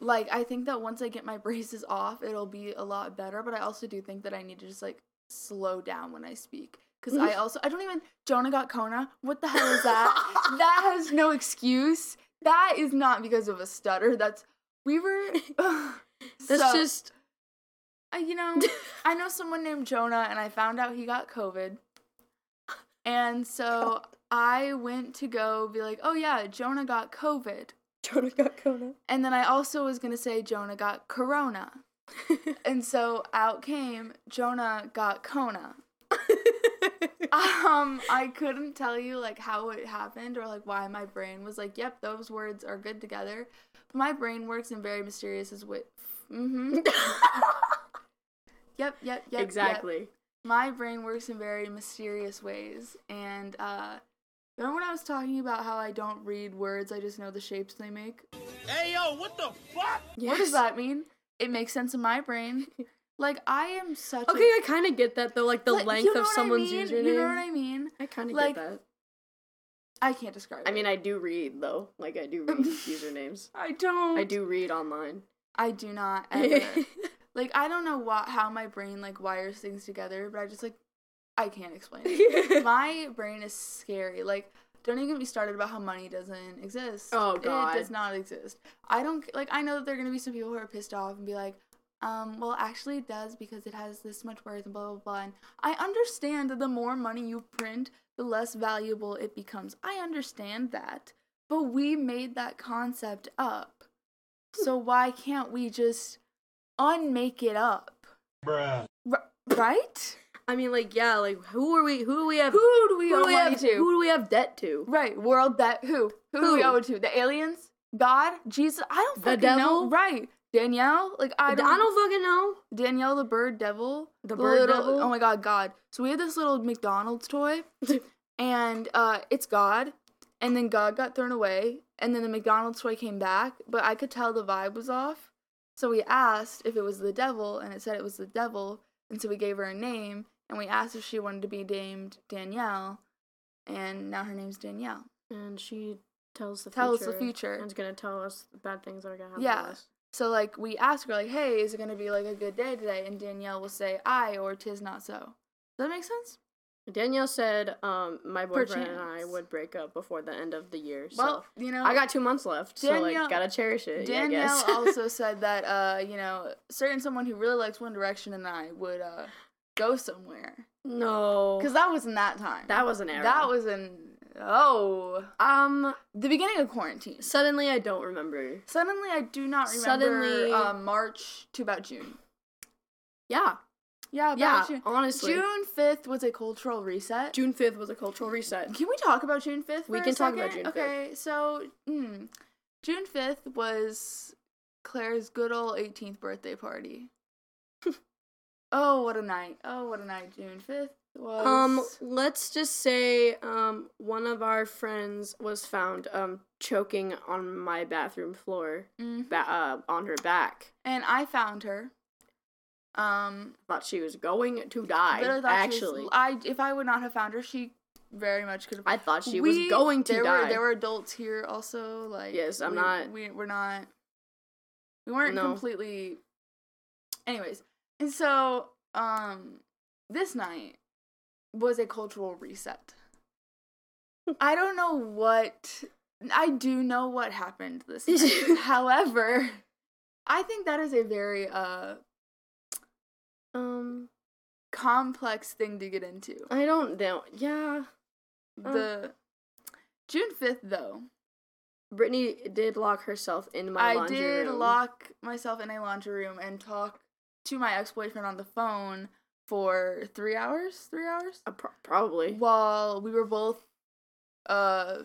S2: like i think that once i get my braces off it'll be a lot better but i also do think that i need to just like slow down when i speak because i also i don't even jonah got kona what the hell is that that has no excuse that is not because of a stutter that's we were
S1: That's
S2: so-
S1: just
S2: I- you know, I know someone named Jonah, and I found out he got COVID. And so I went to go be like, oh yeah, Jonah got COVID.
S1: Jonah got Kona.
S2: And then I also was going to say Jonah got Corona. and so out came Jonah got Kona. Um, I couldn't tell you like how it happened or like why my brain was like, yep, those words are good together. my brain works in very mysterious as wit. Mm-hmm. Yep, yep, yep. Yep.
S1: exactly.
S2: my brain works in very mysterious ways and uh remember when i was talking about how i don't read words i just know the shapes they make
S4: Hey yo, what the fuck?
S1: Yes.
S2: what does that mean it makes sense in my brain like i am such
S1: Okay,
S2: a,
S1: I kind of get that though. Like the
S2: Like, you
S1: length
S2: know
S1: of
S2: what I
S1: someone's
S2: mean?
S1: username.
S2: you know what i mean
S1: I kind of
S2: Like-
S1: get that.
S2: i can't describe
S1: I mean,
S2: it.
S1: I do read though. Like I do read usernames.
S2: i don't
S1: I do read online.
S2: i do not ever like i don't know what how my brain like wires things together but i just like i can't explain it my brain is scary. Like, don't even get me started about how money doesn't exist.
S1: Oh,
S2: it does
S1: God.
S2: not exist. I don't like. I know that there are gonna be some people who are pissed off and be like, um, well, actually, it does because it has this much worth and blah blah blah. And I understand that the more money you print, the less valuable it becomes. I understand that, but we made that concept up. So
S1: Hmm.
S2: why can't we just unmake it up?
S4: Bruh.
S2: R- right?
S1: I mean, like yeah, like who are we? Who do we have?
S2: Who do we
S1: who
S2: owe
S1: do we
S2: money
S1: have?
S2: to?
S1: Who do we have debt to?
S2: Right, world that who? who do we
S1: Who?
S2: owe it to? The aliens? God? Jesus? I don't
S1: The
S2: fucking know.
S1: devil?
S2: Right, Danielle? Like I
S1: I
S2: don't,
S1: don't, fucking know.
S2: Danielle the bird devil.
S1: The bird
S2: little,
S1: devil?
S2: Oh my god, God. So we had this little McDonald's toy, and uh, it's God, and then God got thrown away, and then the McDonald's toy came back, but I could tell the vibe was off. So we asked if it was the devil, and it said it was the devil, and so we gave her a name, and we asked if she wanted to be named Danielle, and now her name's Danielle.
S1: And she tells the
S2: Tells the
S1: future.
S2: future.
S1: And is gonna tell us the bad things that are gonna happen.
S2: Yeah.
S1: To us.
S2: So like we ask her like, "Hey, is it gonna be like a good day today?" And Danielle will say, "I" or "Tis not so." Does that make sense?
S1: Danielle said, um, my boyfriend and I
S2: chance.
S1: would break up before the end of the year. So
S2: Well, you know,
S1: I got two months left, so
S2: Danielle-
S1: like gotta cherish it. yeah, I
S2: Danielle
S1: guess.
S2: also said that uh, you know, certain someone who really likes One Direction and I would uh go somewhere
S1: no,
S2: because that was in that time.
S1: that was an error.
S2: that was in oh
S1: um.
S2: the beginning of quarantine.
S1: Suddenly, I don't remember.
S2: Suddenly, I do not remember
S1: Suddenly-
S2: uh, March to about June.
S1: Yeah,
S2: Yeah, about
S1: yeah.
S2: June.
S1: Honestly,
S2: June fifth was a cultural reset.
S1: June fifth was a cultural reset.
S2: Can we talk about June 5th?
S1: We
S2: for a
S1: can talk about
S2: second?
S1: June 5th.
S2: Okay, so hmm, June 5th was Claire's good old 18th birthday party. oh, what a night. Oh, what a night. June 5th was.
S1: Um, let's just say um one of our friends was found um choking on my bathroom floor,
S2: mm,
S1: ba- uh, on her back.
S2: and I found her. Um,
S1: Thought she was going to die.
S2: literally thought she was-
S1: Actually,
S2: I, if I would not have found her, she very much could have.
S1: I thought she
S2: We-
S1: was going to
S2: there
S1: die.
S2: Were, there were adults here also. Like
S1: Yes, I'm
S2: we-
S1: not-
S2: We we're not. We weren't
S1: No.
S2: completely. Anyways, and so um, this night was a cultural reset.
S1: Hmm.
S2: I don't know what. I do know what happened this night. However, I think that is a very uh
S1: um,
S2: complex thing to get into.
S1: I don't know. Yeah, Um,
S2: The June fifth though.
S1: Brittany did lock herself in my.
S2: I
S1: laundry
S2: did
S1: room.
S2: lock myself in a laundry room and talk to my ex boyfriend on the phone for three hours, three hours,
S1: Uh, pro- probably.
S2: while we were both, uh,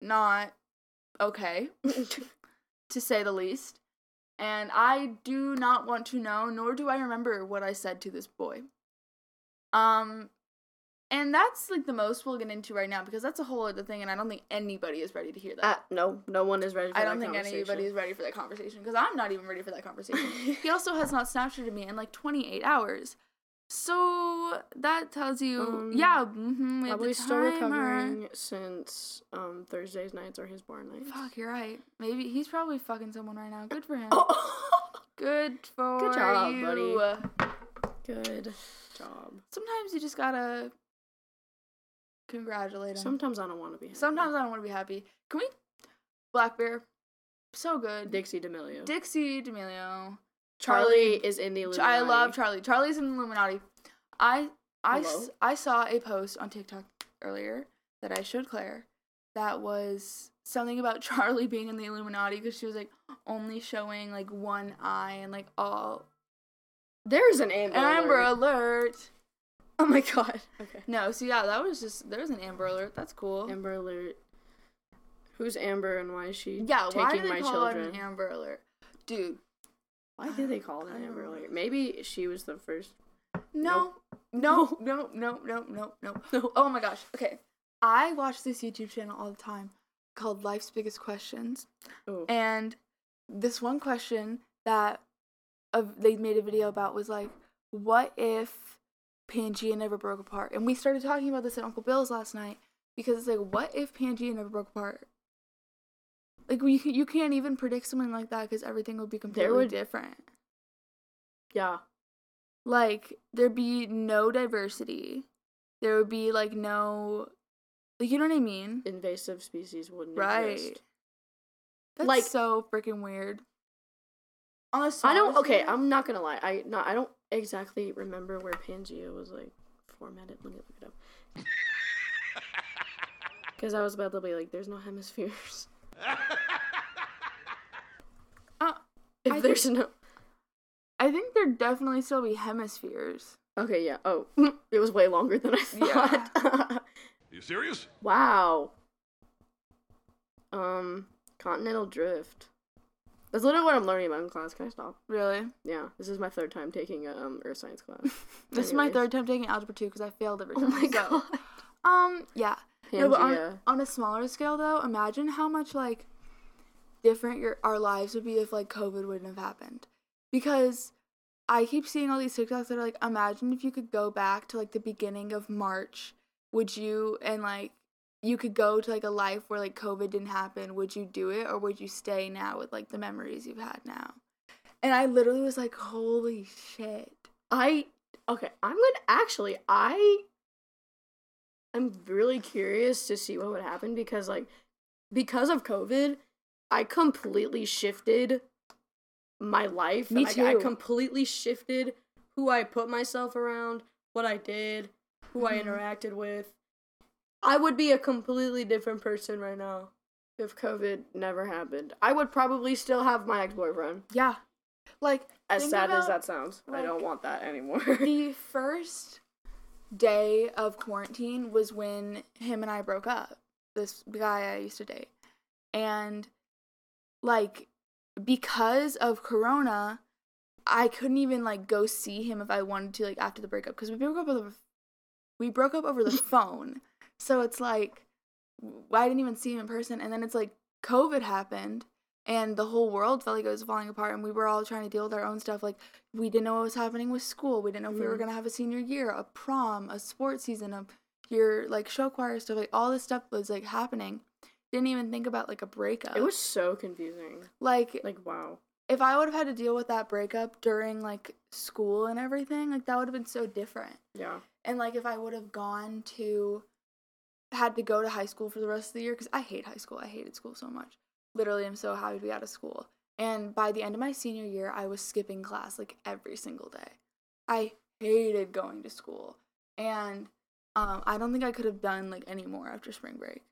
S2: not okay, to say the least. And I do not want to know, nor do I remember what I said to this boy. Um, and that's like the most we'll get into right now because that's a whole other thing, and I don't think anybody is ready to hear that.
S1: Uh, no, no one is ready. For
S2: I don't
S1: that
S2: think anybody is ready for that conversation because I'm not even ready for that conversation.
S1: conversation.
S2: he also has not Snapchatted me in like 28 hours. So that tells you,
S1: Um,
S2: yeah, mm-hmm, we have
S1: Probably
S2: the
S1: still
S2: timer.
S1: recovering since um, Thursday's nights are his bar nights.
S2: Fuck, you're right. Maybe he's probably fucking someone right now. Good for him.
S1: Oh.
S2: Good for
S1: job,
S2: you.
S1: buddy. Good job.
S2: Sometimes you just gotta congratulate him.
S1: Sometimes I don't want to be. happy.
S2: Sometimes I don't want to be happy. Can we? Black Bear, so good.
S1: Dixie D'Amelio.
S2: Dixie D'Amelio.
S1: Charlie is in the.
S2: Ch- I
S1: Illuminati.
S2: love Charlie. Charlie's in Illuminati. I I s-
S1: Hello?
S2: I saw a post on TikTok earlier that I showed Claire that was something about Charlie being in the Illuminati because she was like only showing like one eye and like all
S1: There is an Amber.
S2: Amber
S1: Alert.
S2: alert.
S1: Oh my god. Okay.
S2: No, so yeah, that was just there was an Amber alert. That's cool.
S1: Amber Alert. Who's Amber and why is she
S2: yeah,
S1: taking
S2: why do
S1: my
S2: they call it
S1: children?
S2: an Amber alert? Dude,
S1: why do they call it
S2: I
S1: an
S2: don't
S1: Amber
S2: know.
S1: Alert? Maybe she was the first.
S2: No, no, no, no, no, no, no, no. Oh my gosh. Okay. I watch this YouTube channel all the time called Life's Biggest Questions.
S1: Oh.
S2: And this one question that uh, they made a video about was like, what if Pangea never broke apart? And we started talking about this at Uncle Bill's last night because it's like, what if Pangea never broke apart? Like, we, you can't even predict something like that because everything would be completely
S1: would-
S2: different
S1: yeah.
S2: like there'd be no diversity there would be like no like you know what i mean
S1: Invasive species wouldn't
S2: right
S1: exist.
S2: that's
S1: Like-
S2: so freaking weird on a
S1: I don't.
S2: smaller
S1: Okay,
S2: scale-
S1: I'm not gonna lie. I not. I don't exactly remember where Pangea was like formatted. Let me look it up. Because I was about to be like, "There's no hemispheres.
S2: Uh,
S1: if
S2: I
S1: there's no."
S2: i think there'd definitely still be hemispheres
S1: Okay, yeah. Oh, it was way longer than I
S2: Yeah.
S1: thought.
S4: You serious?
S1: wow. Um, continental drift. That's literally what I'm learning about in class. Can I stop?
S2: really
S1: Yeah, this is my third time taking a um, earth science class.
S2: this is my
S1: Anyways.
S2: third time taking algebra 2 because i failed every
S1: Oh
S2: time
S1: my
S2: so-
S1: god.
S2: um yeah No, but on,
S1: Pangea.
S2: on a smaller scale though imagine how much like different your our lives would be if like covid wouldn't have happened because i keep seeing all these tiktoks that are like imagine if you could go back to like the beginning of march would you and like you could go to like a life where like covid didn't happen would you do it or would you stay now with like the memories you've had now and i literally was like holy shit
S1: I okay. I'm gonna actually. I I'm really curious to see what would happen because like because of COVID, I completely shifted my life.
S2: Me
S1: Like, I
S2: too.
S1: completely shifted who I put myself around, what I did, who I
S2: Mhm.
S1: interacted with. I would be a completely different person right now if COVID never happened. I would probably still have my ex boyfriend.
S2: Yeah. Like
S1: As
S2: think
S1: sad as
S2: about
S1: that sounds, I
S2: like,
S1: don't want that anymore.
S2: the first day of quarantine was when him and I broke up. This guy I used to date. And like because of corona, I couldn't even like go see him if I wanted to like after the breakup because we broke up over we broke up over the phone. So it's like w- I didn't even see him in person and then it's like COVID happened and the whole world felt like it was falling apart and we were all trying to deal with our own stuff like we didn't know what was happening with school. We didn't know if we were
S1: Mhm.
S2: going to have a senior year, a prom, a sports season, a your like show choir stuff, like all this stuff was like happening. Didn't even think about like a breakup.
S1: it was so confusing.
S2: like
S1: Like wow.
S2: if I would have had to deal with that breakup during like school and everything, like that would have been so different.
S1: Yeah.
S2: And like if I would have gone to had to go to high school for the rest of the year cuz I hate high school. I hated school so much. Literally, I'm so happy to be out of school. And by the end of my senior year, I was skipping class like every single day. I hated going to school. And um I don't think I could have done like any more after spring break.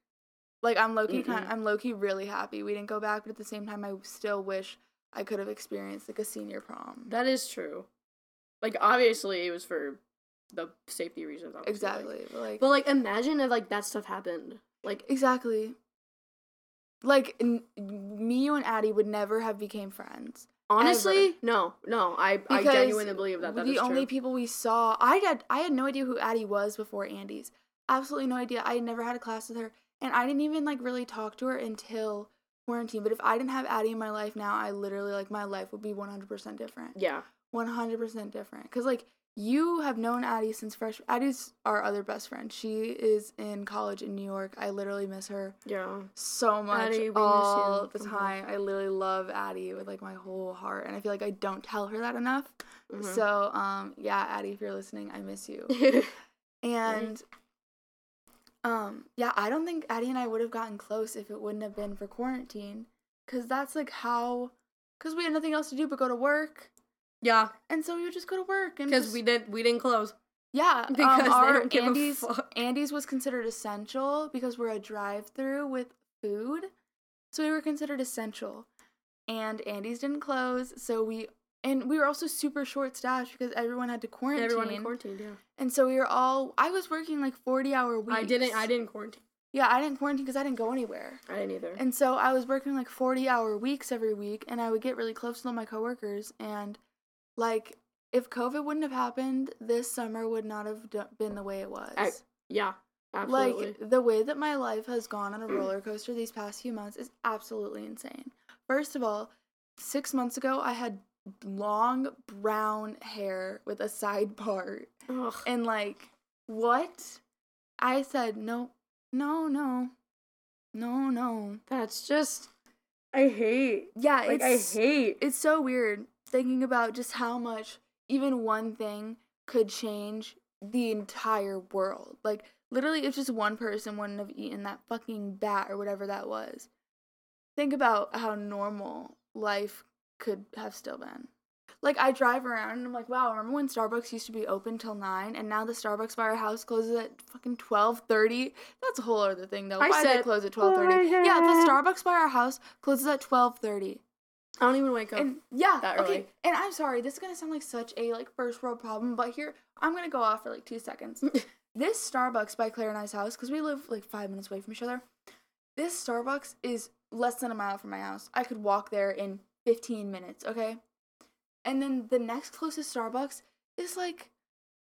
S2: Like I'm low key kind
S1: Mm-mm.
S2: I'm low key really happy we didn't go back, but at the same time I still wish I could have experienced like a senior prom.
S1: That is true. Like obviously it was for the safety reasons. obviously, like-
S2: exactly. but, like
S1: but like imagine if like that stuff happened. Like
S2: Exactly. Like n- me, you, and Addie would never have became friends.
S1: honestly,
S2: ever.
S1: no, no. I I
S2: Because
S1: genuinely believe that that
S2: the
S1: is
S2: only
S1: true.
S2: people we saw, I had I had no idea who Addie was before Andy's. Absolutely no idea. I had never had a class with her, and I didn't even like really talk to her until quarantine. But if I didn't have Addie in my life now, I literally like my life would be one hundred percent different.
S1: yeah.
S2: One hundred percent different. Cause like you have known Addie since fresh. Addie's our other best friend. She is in college in New York. I literally miss her
S1: Yeah.
S2: so much
S1: Addie, we miss
S2: all
S1: you
S2: the
S1: from home.
S2: time. I literally love Addie with like my whole heart, and I feel like I don't tell her that enough.
S1: mhm.
S2: So, um, yeah, Addie, if you're listening, I miss you. And, um, yeah, I don't think Addie and I would have gotten close if it wouldn't have been for quarantine, because that's like how, because we had nothing else to do but go to work,
S1: yeah,
S2: and so we would just go to work and
S1: because
S2: just-
S1: we didn't we didn't close. uh,
S2: yeah, um,
S1: Because they
S2: our
S1: don't give a
S2: Andy's,
S1: fuck.
S2: Andy's was considered essential because we're a drive-through with food, so we were considered essential. And Andy's didn't close, so we and we were also super short-staffed because everyone had to quarantine.
S1: Everyone in quarantine. Yeah.
S2: and so we were all. I was working like forty-hour weeks.
S1: I didn't. I didn't quarantine.
S2: Yeah, I didn't quarantine because I didn't go anywhere.
S1: I didn't either.
S2: And so I was working like 40 hour weeks every week, and I would get really close to all my coworkers. And like, if COVID wouldn't have happened, this summer would not have do- been the way it was.
S1: I- yeah. Absolutely.
S2: Like, the way that my life has gone on a roller coaster these past few months is absolutely insane. First of all, six months ago, I had long brown hair with a side part.
S1: Ugh.
S2: And like, what? I said, no, no, no, no, no.
S1: That's just. I hate.
S2: Yeah,
S1: Like
S2: it's
S1: I hate.
S2: it's so weird thinking about just how much even one thing could change the entire world. Like literally if just one person wouldn't have eaten that fucking bat or whatever that was. Think about how normal life could have still been. Like I drive around and I'm like, wow, remember when Starbucks used to be open till nine and now the Starbucks by our house closes at fucking twelve thirty? That's a whole other thing though.
S1: I
S2: Why they
S1: said-
S2: close at twelve thirty? Yeah, the Starbucks by our house closes at twelve thirty.
S1: I don't even wake up.
S2: And yeah,
S1: That
S2: okay.
S1: early.
S2: And I'm sorry, this is gonna sound like such a like first world problem, but here I'm gonna go off for like two seconds. this Starbucks by Claire and I's house, because we live like five minutes away from each other. This Starbucks is less than a mile from my house. I could walk there in 15 minutes, okay? And then the next closest Starbucks is like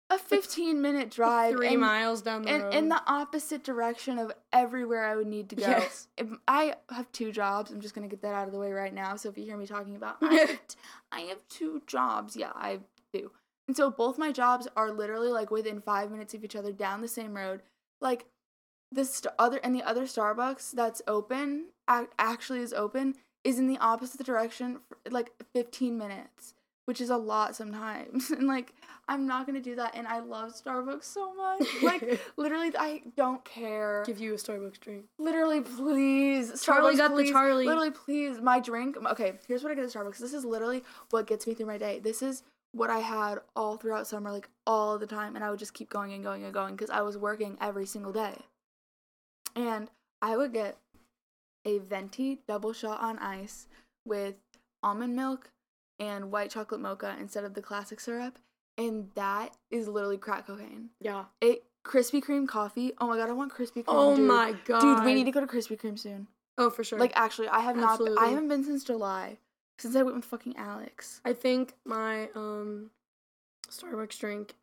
S2: a 15 minute drive.
S1: Three
S2: and-
S1: miles down the
S2: and
S1: road.
S2: in the opposite direction of everywhere I would need to go.
S1: Yes.
S2: If I have two jobs. I'm just gonna get that out of the way right now. So if you hear me talking about, I have, I have two jobs. Yeah, I do. And so both my jobs are literally like within five minutes of each other down the same road. Like this st- other and the other Starbucks that's open ac- actually is open is in the opposite direction for like 15 minutes. which is a lot sometimes. And like, I'm not gonna do that. And I love Starbucks so much. Like, literally, I don't care.
S1: Give you a Starbucks drink.
S2: literally, please.
S1: Charlie
S2: Starbucks,
S1: got the
S2: please.
S1: Charlie.
S2: Literally, please. My drink. Okay, here's what I get at Starbucks. This is literally what gets me through my day. This is what I had all throughout summer, like all the time. And I would just keep going and going and going because I was working every single day. And I would get a venti double shot on ice with almond milk and white chocolate mocha instead of the classic syrup. And that is literally crack cocaine.
S1: Yeah.
S2: It Krispy Kreme coffee. Oh my god, I want Krispy Kreme.
S1: Oh
S2: dude.
S1: my god.
S2: Dude, we need to go to Krispy Kreme soon.
S1: Oh, for sure.
S2: Like actually, I have not. Been, I
S1: Absolutely.
S2: haven't been since July. Since I went with fucking Alex.
S1: I think my um Starbucks drink.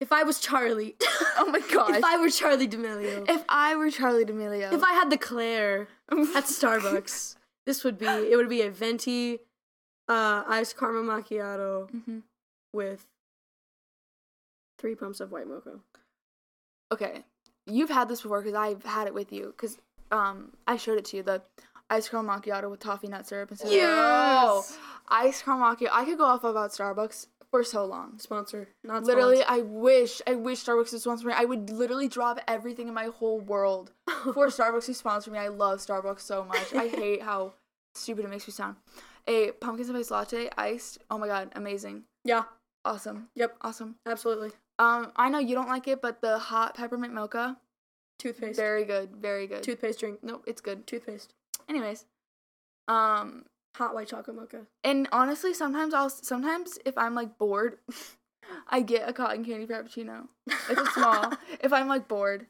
S1: If I was Charlie.
S2: Oh my gosh.
S1: If I were Charlie D'Amelio. If,
S2: If I were Charlie D'Amelio,
S1: I had the Claire at Starbucks, this would be it would be a venti uh iced caramel macchiato
S2: hmm
S1: with three pumps of white mocha.
S2: Okay, you've had this before because I've had it with you because um I showed it to you the ice cream macchiato with toffee nut syrup and stuff.
S1: Yes!
S2: ice cream macchiato. I could go off about Starbucks for so long.
S1: Sponsor. Not
S2: Literally, I wish, I wish Starbucks would sponsor me. I would literally drop everything in my whole world for Starbucks to sponsor me. I love Starbucks so much. I hate how stupid it makes me sound. A pumpkin spice latte, iced. Oh my god, amazing,
S1: Yeah.
S2: awesome,
S1: Yep.
S2: awesome.
S1: Absolutely.
S2: Um, I know you don't like it, but the hot peppermint mocha,
S1: Toothpaste.
S2: very good, very good.
S1: Toothpaste drink.
S2: Nope, it's good.
S1: Toothpaste.
S2: Anyways, um,
S1: Hot white chocolate mocha.
S2: and honestly, sometimes I'll sometimes if I'm like bored, I get a cotton candy frappuccino. It's a small. if I'm like bored,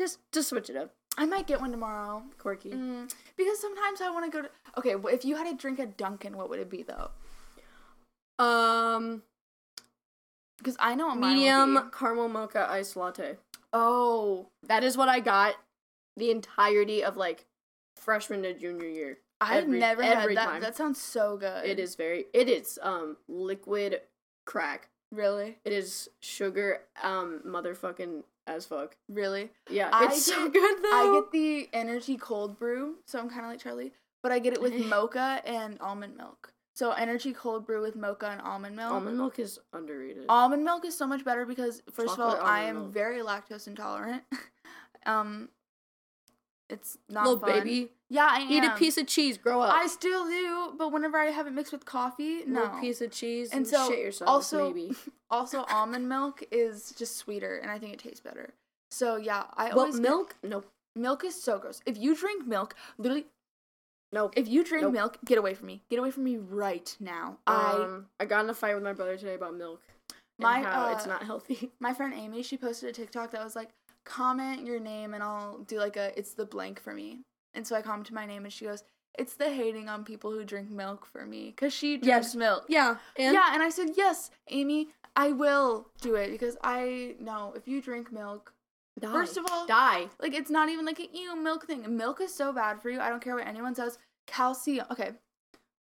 S1: Just just switch it up.
S2: I might get one tomorrow.
S1: Quirky.
S2: Mm, because sometimes I want to go to. Okay, wh- if you had a drink at Dunkin', what would it be though?
S1: Um
S2: Because I
S1: Oh,
S2: know what mine would be.
S1: medium caramel mocha iced latte.
S2: Oh,
S1: That is what I got the entirety of like freshman to junior year.
S2: I've
S1: Every-
S2: never had
S1: every
S2: that.
S1: time.
S2: That sounds so good.
S1: It is very it is um liquid crack.
S2: really,
S1: It is sugar um motherfucking as fuck.
S2: really.
S1: Yeah,
S2: I
S1: it's so
S2: get-
S1: good though.
S2: I get the energy cold brew, so I'm kind of like Charlie, but I get it with mocha and almond milk. So energy cold brew with mocha and almond milk.
S1: almond milk is underrated.
S2: Almond milk is so much better because first
S1: Chocolate
S2: of all, I
S1: almond
S2: am
S1: milk.
S2: very lactose intolerant. um, it's not
S1: Little
S2: fun.
S1: baby,
S2: Yeah, I
S1: eat a
S2: am.
S1: piece of cheese. Grow up.
S2: I still do, but whenever I have it mixed with coffee, no.
S1: Little piece of cheese
S2: And
S1: and,
S2: so,
S1: shit yourself.
S2: also-
S1: maybe.
S2: Also, almond milk is just sweeter, and I think it tastes better. So yeah, I
S1: But
S2: always get-
S1: milk? Nope.
S2: milk is so gross. If you drink milk, literally,
S1: Nope.
S2: if you drink
S1: Nope.
S2: milk, get away from me. Get away from me right now. I
S1: um, I got in a fight with my brother today about milk. and
S2: My,
S1: how it's
S2: uh,
S1: not healthy.
S2: my friend Amy, she posted a TikTok that was like, comment your name and I'll do like a it's the blank for me. And so I commented my name and she goes, it's the hating on people who drink milk for me because she drinks
S1: Yes.
S2: milk.
S1: Yeah. And
S2: yeah, and I said yes, Amy, I will do it because I know if you drink milk,
S1: die.
S2: First of all-
S1: die.
S2: like it's not even like a ew milk thing. Milk is so bad for you. I don't care what anyone says. Calcium. Okay,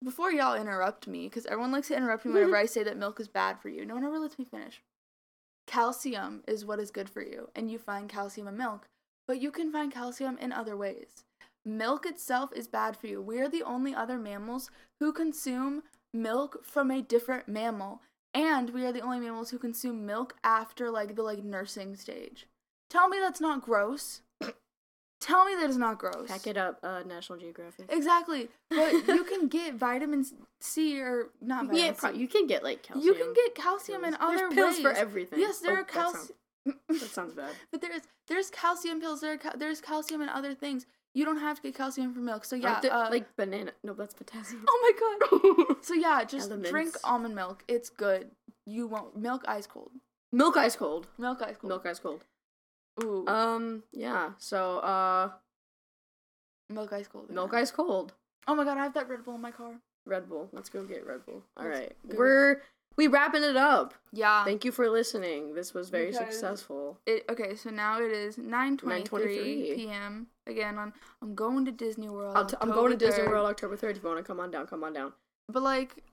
S2: before y'all interrupt me, because everyone likes to interrupt me whenever I say that milk is bad for you. No one ever lets me finish. Calcium is what is good for you, and you find calcium in milk, but you can find calcium in other ways. Milk itself is bad for you. We are the only other mammals who consume milk from a different mammal, and we are the only mammals who consume milk after like the like nursing stage. Tell me that's not gross. Tell me that is not gross.
S1: Pack it up, uh, National Geographic.
S2: Exactly. But you can get vitamin C or not vitamin
S1: yeah, pro-
S2: C.
S1: you can get like calcium.
S2: You can get calcium in
S1: pills.
S2: other
S1: There's pills
S2: ways.
S1: for everything.
S2: Yes, there
S1: Oh,
S2: are
S1: that sounds-
S2: calcium.
S1: That sounds bad.
S2: but there is there's calcium pills. There are cal- there's calcium in other things. You don't have to get calcium from milk. So yeah,
S1: Aren't there-
S2: uh,
S1: like banana. No, that's potassium.
S2: oh my god. so yeah, just drink
S1: Elements.
S2: almond milk. It's good. You won't milk ice cold.
S1: Milk ice cold.
S2: Milk ice cold.
S1: Milk ice cold.
S2: Ooh,
S1: Um, yeah. So, uh,
S2: milk ice cold.
S1: milk ice cold.
S2: Oh my god, I have that Red Bull in my car.
S1: Red Bull. Let's go get Red Bull. All
S2: Let's
S1: right.
S2: go get-
S1: We're we wrapping it up.
S2: Yeah.
S1: Thank you for listening. This was very
S2: Because-
S1: successful.
S2: it okay so now it is 9.23
S1: 9:23.
S2: p.m again on i'm going to disney world
S1: I'll t- I'm going to
S2: October
S1: Disney
S2: 3rd.
S1: World October 3rd. If you want to come on down, come on down.
S2: but like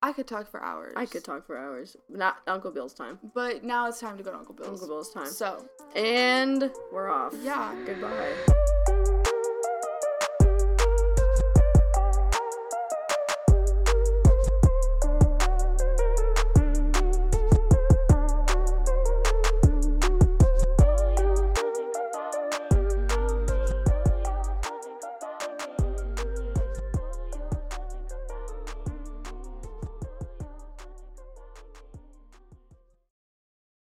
S2: i could talk for hours
S1: I could talk for hours. Not Uncle Bill's time.
S2: but now it's time to go to uncle bill's
S1: Uncle Bill's time.
S2: so
S1: And we're off.
S2: Yeah.
S1: Goodbye.